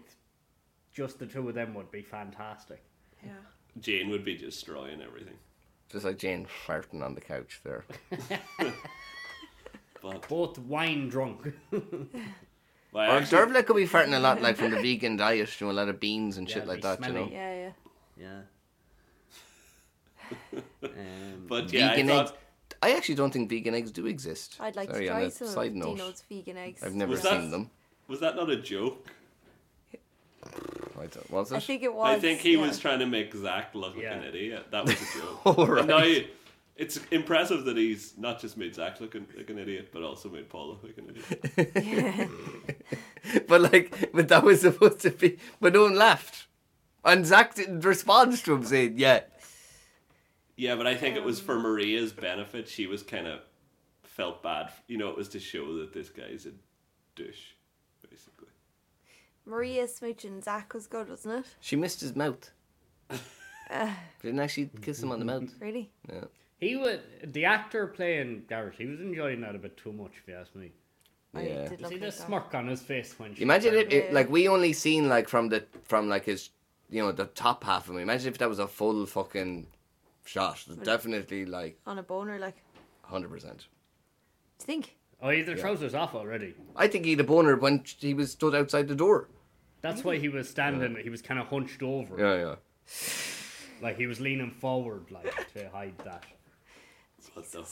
just the two of them would be fantastic. Yeah. Jane would be destroying everything. just like Jane farting on the couch there. But Both wine drunk. well, I Or actually- Dervla could be farting a lot, like from the vegan diet, you know, a lot of beans and Yeah, shit it'd like be that. You smelly. know, Yeah, yeah. yeah. but yeah, I vegan thought eggs. I actually don't think vegan eggs do exist. I'd like Sorry, to on try a some side of note, Dino's vegan eggs. I've never Was seen that- them. was that not a joke? I don't- Was it? I think it was. I think he yeah. was trying to make Zach look Yeah. like an idiot. That was a joke. All And now right. it's impressive that he's not just made Zach look an, like an idiot, but also made Paul look like an idiot. Yeah. But like, but that was supposed to be. But no one laughed, and Zach didn't respond to him saying, "Yeah, Yeah, but I think it was Um. for Maria's benefit. She was kind of felt bad. You know, it was to show that this guy's a douche, basically. Maria smooching Zach was good, wasn't it? she missed his mouth." didn't actually kiss him on the mouth. Really? Yeah. He was the actor playing Garrett. He was enjoying that a bit too much, if you ask me. Yeah. I did love See the that. smirk on his face when she Imagine it, it Yeah. like we only seen like from the from like his you know the top half of him. Imagine if that was a full fucking shot. It's Definitely like On a boner, like, hundred percent. do you think? Oh, he's the trousers off already. I think he'd have boner when he was stood outside the door. That's why he was standing. He was kind of hunched over, Yeah, yeah. like he was leaning forward, like to hide that But the,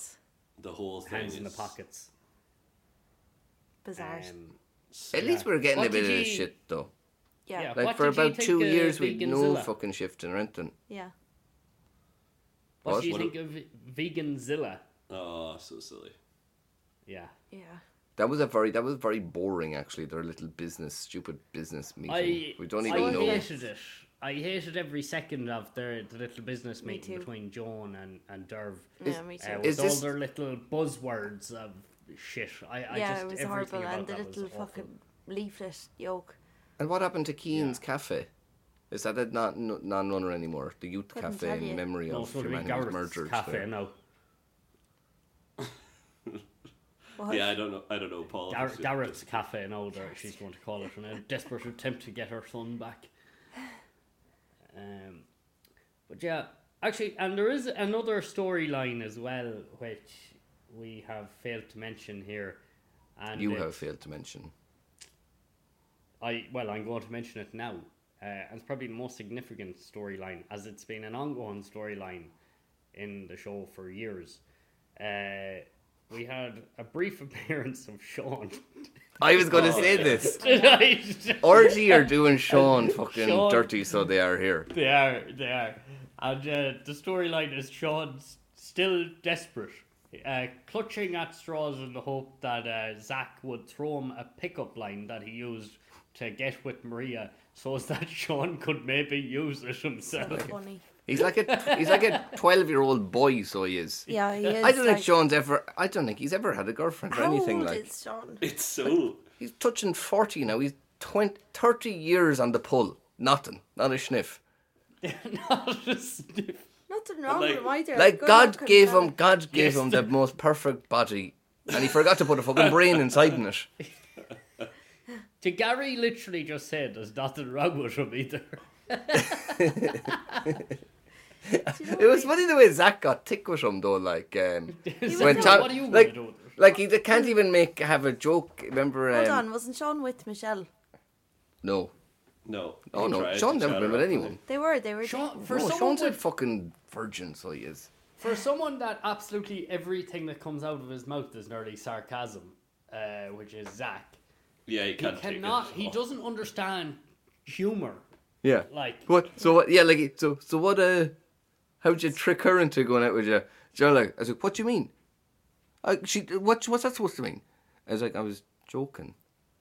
the whole thing hands in the is pockets. Bizarre. Um, At least we are getting What a bit did of this he- shit though. yeah. yeah. Like What for did you about think two of years, we had no Veganzilla? fucking shift in Renton. Yeah. What do you What? think of Veganzilla? Oh, so silly. Yeah. Yeah. That was a very that was very boring actually. Their little business, stupid business meeting. I we don't I even know. hated it. I hated every second of their the little business Me meeting too. between Joan and and Derv. Yeah, me too. Uh, with Is all this- their little buzzwords of shit. I, I yeah, just, it was everything horrible. about And the that was little awful. fucking leaflet yoke. And what happened to Keane's cafe? Is that a not non runner anymore? The youth Couldn't cafe tell in you. memory No, of it's going to be humanity was Gareth's murdered. cafe there. now. What? Yeah, I don't know. I don't know, Paul. if Gar- it's just- Gareth's cafe now. That she's going to call it in a desperate attempt to get her son back. Um, but yeah, actually, and there is another storyline as well which we have failed to mention here. And You it's- have failed to mention. I well, I'm going to mention it now. Uh, and it's probably the most significant storyline, as it's been an ongoing storyline in the show for years. Uh, we had a brief appearance of Sean. I was going to Oh, say yeah. this. tonight. RG are doing Sean fucking Sean. dirty, so they are here. They are, they are. And uh, the storyline is Sean's still desperate, uh, clutching at straws in the hope that uh, Zach would throw him a pickup line that he used to get with Maria so as that Sean could maybe use it himself. funny. He's like a he's like a twelve year old boy, so he is. Yeah, he is. I don't think like, Sean's ever. I don't think he's ever had a girlfriend or how anything old like. is Sean? It's so He's touching forty now. He's 20, 30 years on the pull. Nothing. Not a sniff. Not just- Nothing wrong Like- with him either. Like Good God looking gave fella. him. God gave Yes. him the most perfect body, and he forgot to put a fucking brain inside in it. to Gary literally just said there's nothing wrong with him either. Do you know It was what funny the way Zach got tick with him though. Like um, So When what Tom- do you like- want to do with it? like he can't even make have a joke. Remember? I mean? Um, Hold on, wasn't Sean with Michelle? No. no. Oh He no. tried Sean to never chat been her with up. anyone. They were. They were. Sean, for no, someone Sean's a with fucking virgin, so he is. For someone that absolutely everything that comes out of his mouth is nearly sarcasm, uh, which is Zach, Yeah, he he can't. take it. cannot. He Oh. doesn't understand humor. Yeah. Like What? So what? Yeah, like so. So what? Uh, how'd you trick her into going out with you? So I'm like, I was like, what do you mean? I, she, what? What's that supposed to mean? I was like, I was joking.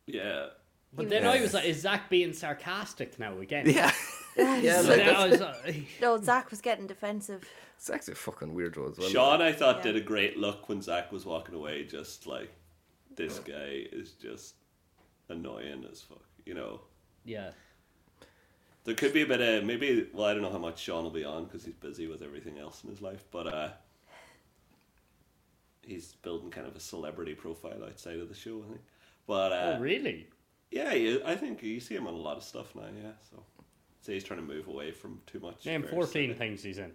Yeah. But then I was like, is Zach being sarcastic now again? Yeah. yeah. So Like, then I that's- was like, No, Zach was getting defensive. Zach's a fucking weirdo as well. Sean, I thought, Yeah. did a great look when Zach was walking away. Just like this guy is just annoying as fuck. You know, yeah. there could be a bit of maybe. Well, I don't know how much Sean will be on because he's busy with everything else in his life. But uh, he's building kind of a celebrity profile outside of the show, I think. But uh, Oh, really? yeah, he- I think you see him on a lot of stuff now. Yeah, so. So he's trying to move away from too much. Name various- 14 things he's in.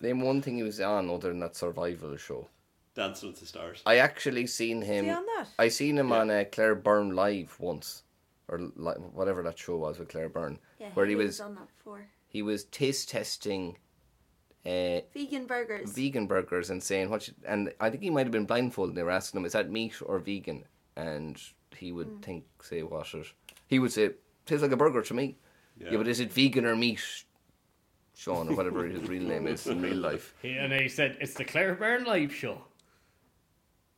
Name one thing he was on other than that survival show. Dancing with the Stars. I actually seen him. Is he on that? I seen him Yeah. on uh, Claire Byrne live once, or li- whatever that show was with Claire Byrne, where he was on that before. he was taste testing. Uh, Vegan burgers. vegan burgers and saying what should, and I think he might have been blindfolded. They were asking him, "Is that meat or vegan?" And he would think, "Say what it." He would say, "Tastes like a burger to me." Yeah, Yeah. but is it vegan or meat? Sean or whatever his real name is in real life. He, and he said, it's the Claire Byrne live show.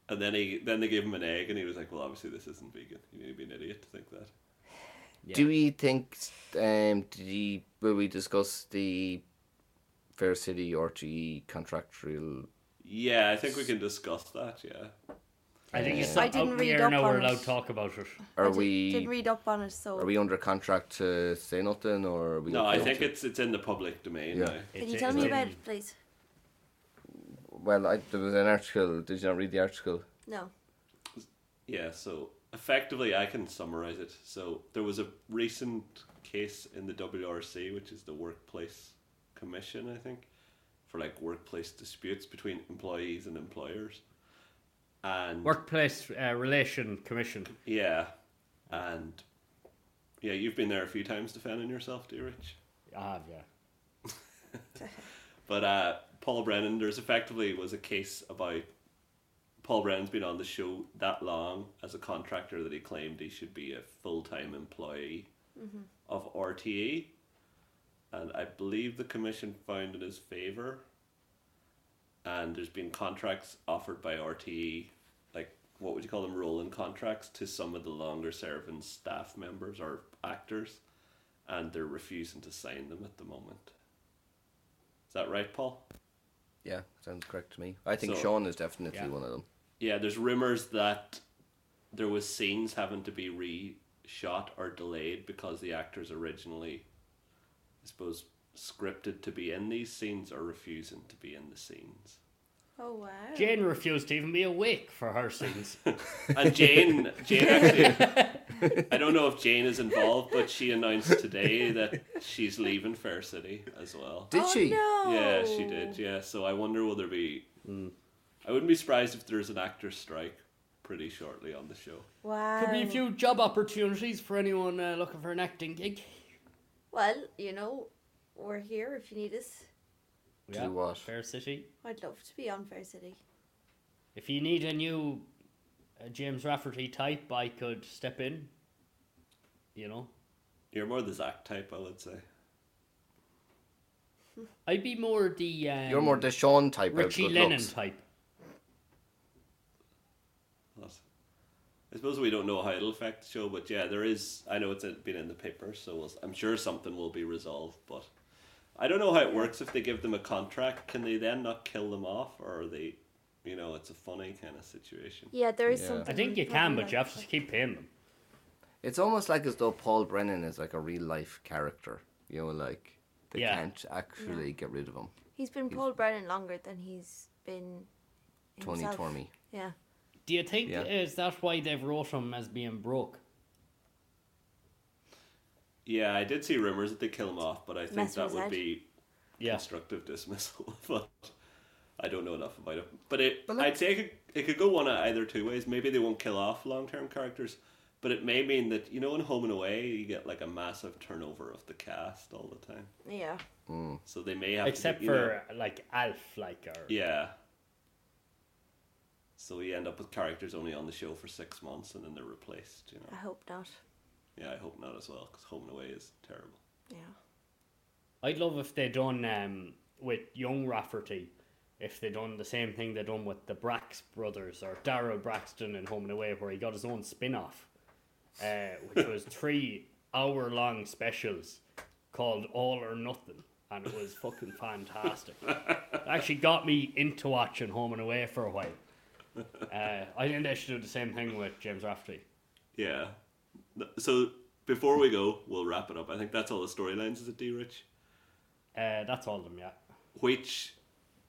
And then he then they gave him an egg, and he was like, "Well, obviously this isn't vegan. You need to be an idiot to think that." Do we think? Um, did he? Will we discuss the Fair City RTE contractual? Yeah, I think we can discuss that. Yeah, I think it's I out didn't in the read air up now. on We're it. allowed to talk about it. Are I di- Didn't we? read up on it, so Are we under contract to say nothing, or are we? no, I okay think to- it's it's in the public domain. Yeah. now. Can It's- you tell it's me in- about it, please? Well, I, there was an article. Did you not read the article? No. Yeah, so effectively, I can summarize it. So there was a recent case in the WRC, which is the Workplace Commission, I think, for like workplace disputes between employees and employers. And Workplace uh, Relation Commission. yeah, and yeah, you've been there a few times defending yourself, dear Rich. Ah, yeah. But uh, Paul Brennan, there's effectively was a case about Paul Brennan's been on the show that long as a contractor that he claimed he should be a full time employee of RTE, and I believe the commission found in his favour. And there's been contracts offered by RTE, like what would you call them, rolling contracts to some of the longer serving staff members or actors, and they're refusing to sign them at the moment. Is that right, Paul? Yeah, sounds correct to me. I think So- Sean is definitely Yeah. one of them. Yeah, there's rumors that there was scenes having to be reshot or delayed because the actors originally, I suppose, scripted to be in these scenes are refusing to be in the scenes. Oh wow. Jane refused to even be awake for her scenes. And Jane, Jane actually, I don't know if Jane is involved, but she announced today that she's leaving Fair City as well. Did oh, she? No. Yeah, she Oh. did. Yeah, so I wonder will there be? I wouldn't be surprised if there's an actor strike pretty shortly on the show. Wow. Could be a few job opportunities for anyone uh, looking for an acting gig. Well, you know, we're here if you need us. Do what? Fair City. I'd love to be on Fair City. If you need a new uh, James Rafferty type, I could step in. You know, You're more the Zach type, I would say. I'd be more the. Um, You're more the Sean type Richie of good Lennon looks. type. That's- I suppose we don't know how it'll affect the show, but yeah, there is. I know it's been in the paper, so we'll, I'm sure something will be resolved. But I don't know how it works if they give them a contract. Can they then not kill them off, or are they, you know, it's a funny kind of situation. Yeah, there is Yeah. something. I think we you can, probably but you like- have to keep paying them. It's almost like as though Paul Brennan is like a real life character. You know, like they Yeah. can't actually get rid of him. He's been Paul Brennan longer than he's been. Tony himself. Tormey. Yeah. Do you think Yeah. is that why they've wrote him as being broke? Yeah, I did see rumors that they kill him off, but I think Mess that with would Ed. be Yeah. constructive dismissal. but I don't know enough about it. But it, But I'd say it could, it could go one of either two ways. Maybe they won't kill off long term characters, but it may mean that you know in Home and Away you get like a massive turnover of the cast all the time. Yeah. So they may have Except to, do- you know- for like Alf, like or yeah. So you end up with characters only on the show for six months and then they're replaced. You I know. hope not. Yeah, I hope not as well because Home and Away is terrible. Yeah. I'd love if they done um, with young Rafferty, if they done the same thing they done with the Brax brothers or Daryl Braxton in Home and Away, where he got his own spin off, uh, which was three hour long specials called All or Nothing, and it was fucking fantastic. It actually got me into watching Home and Away for a while. Uh, I think they should do the same thing with James Rafferty. Yeah. No- So before we go, we'll wrap it up. I think that's all the storylines. Is it D Rich? Uh, that's all of them, yeah. Which,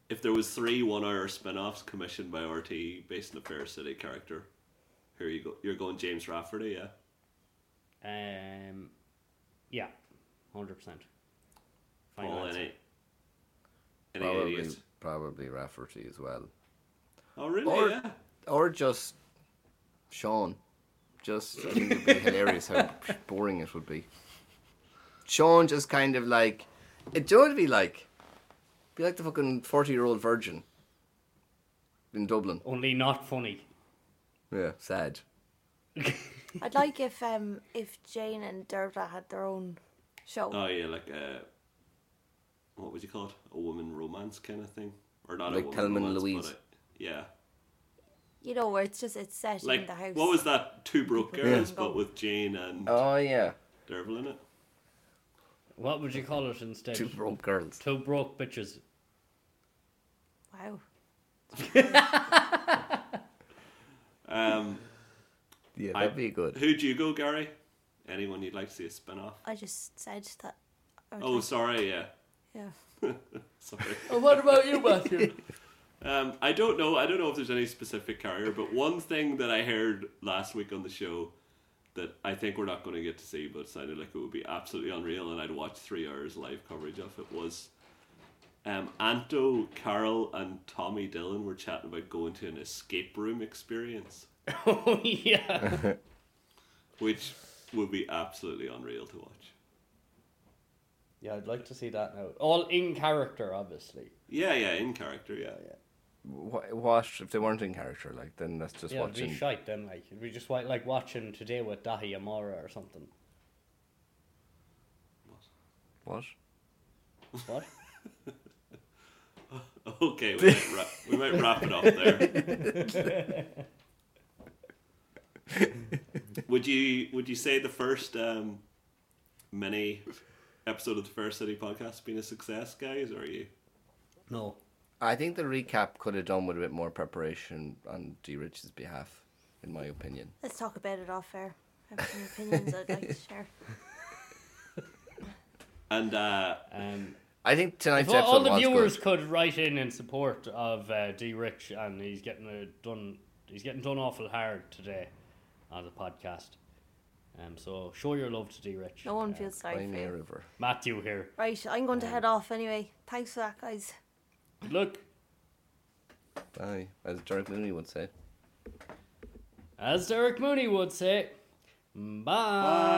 if there was three one-hour spin-offs commissioned by RT based on a Fair City character, here you go. You're going James Rafferty, yeah. Um, yeah, hundred percent. Paul, any, any Probably, idiots? probably Rafferty as well. Oh, really? Or- yeah. Or just Sean. Just I think it'd be hilarious how boring it would be. Sean just kind of like it would be like be like the fucking forty year old virgin in Dublin. Only not funny. Yeah. Sad. I'd like if um if Jane and Dervla had their own show. Oh, yeah. Like uh, what would you call it? A woman romance kind of thing, or not? a Like woman Thelma and romance, Louise. But a, yeah. you know where it's just it's set in Like the house. what was that? Two broke girls, Yeah. but with Jane and Oh yeah. Dervil in it. What would you call it instead? Two broke girls. Two broke bitches. Wow. Um, Yeah, I- that'd be good. who'd you go, Gary? Anyone you'd like to see a spin-off? I just said that. I would Oh, like- sorry. Yeah, yeah. sorry. And what about you, Matthew? Um, I don't know. I don't know if there's any specific carrier, but one thing that I heard last week on the show that I think we're not going to get to see, but sounded like it would be absolutely unreal, and I'd watch three hours live coverage of it was. Um, Anto, Carol, and Tommy Dillon were chatting about going to an escape room experience, oh yeah. which would be absolutely unreal to watch. Yeah, I'd like to see that now. All in character, obviously. Yeah, yeah, in character, yeah. What, what if they weren't in character? Like then that's just yeah, it'd watching. be shite then. Like it'd be just like, like watching today with Dahi Amara or something. What? What? Okay, we might, wrap, we might wrap it up there. would you would you say the first um, mini episode of the Fair City podcast has been a success, guys? Or are you? no. I think the recap could have done with a bit more preparation on D Rich's behalf, in my opinion. Let's talk about it off air. I have some opinions I'd like to share. And uh, Um, I think tonight's if all, episode all the was viewers good. could write in in support of uh, D Rich, and he's getting uh, done. He's getting done awful hard today on the podcast. Um, so show your love to D Rich. No one Uh, feels sorry By for me you. river. Matthew here. Right, I'm going to head off anyway. Thanks for that, guys. Look. Bye, as Derek Mooney would say. As Derek Mooney would say, mm, bye.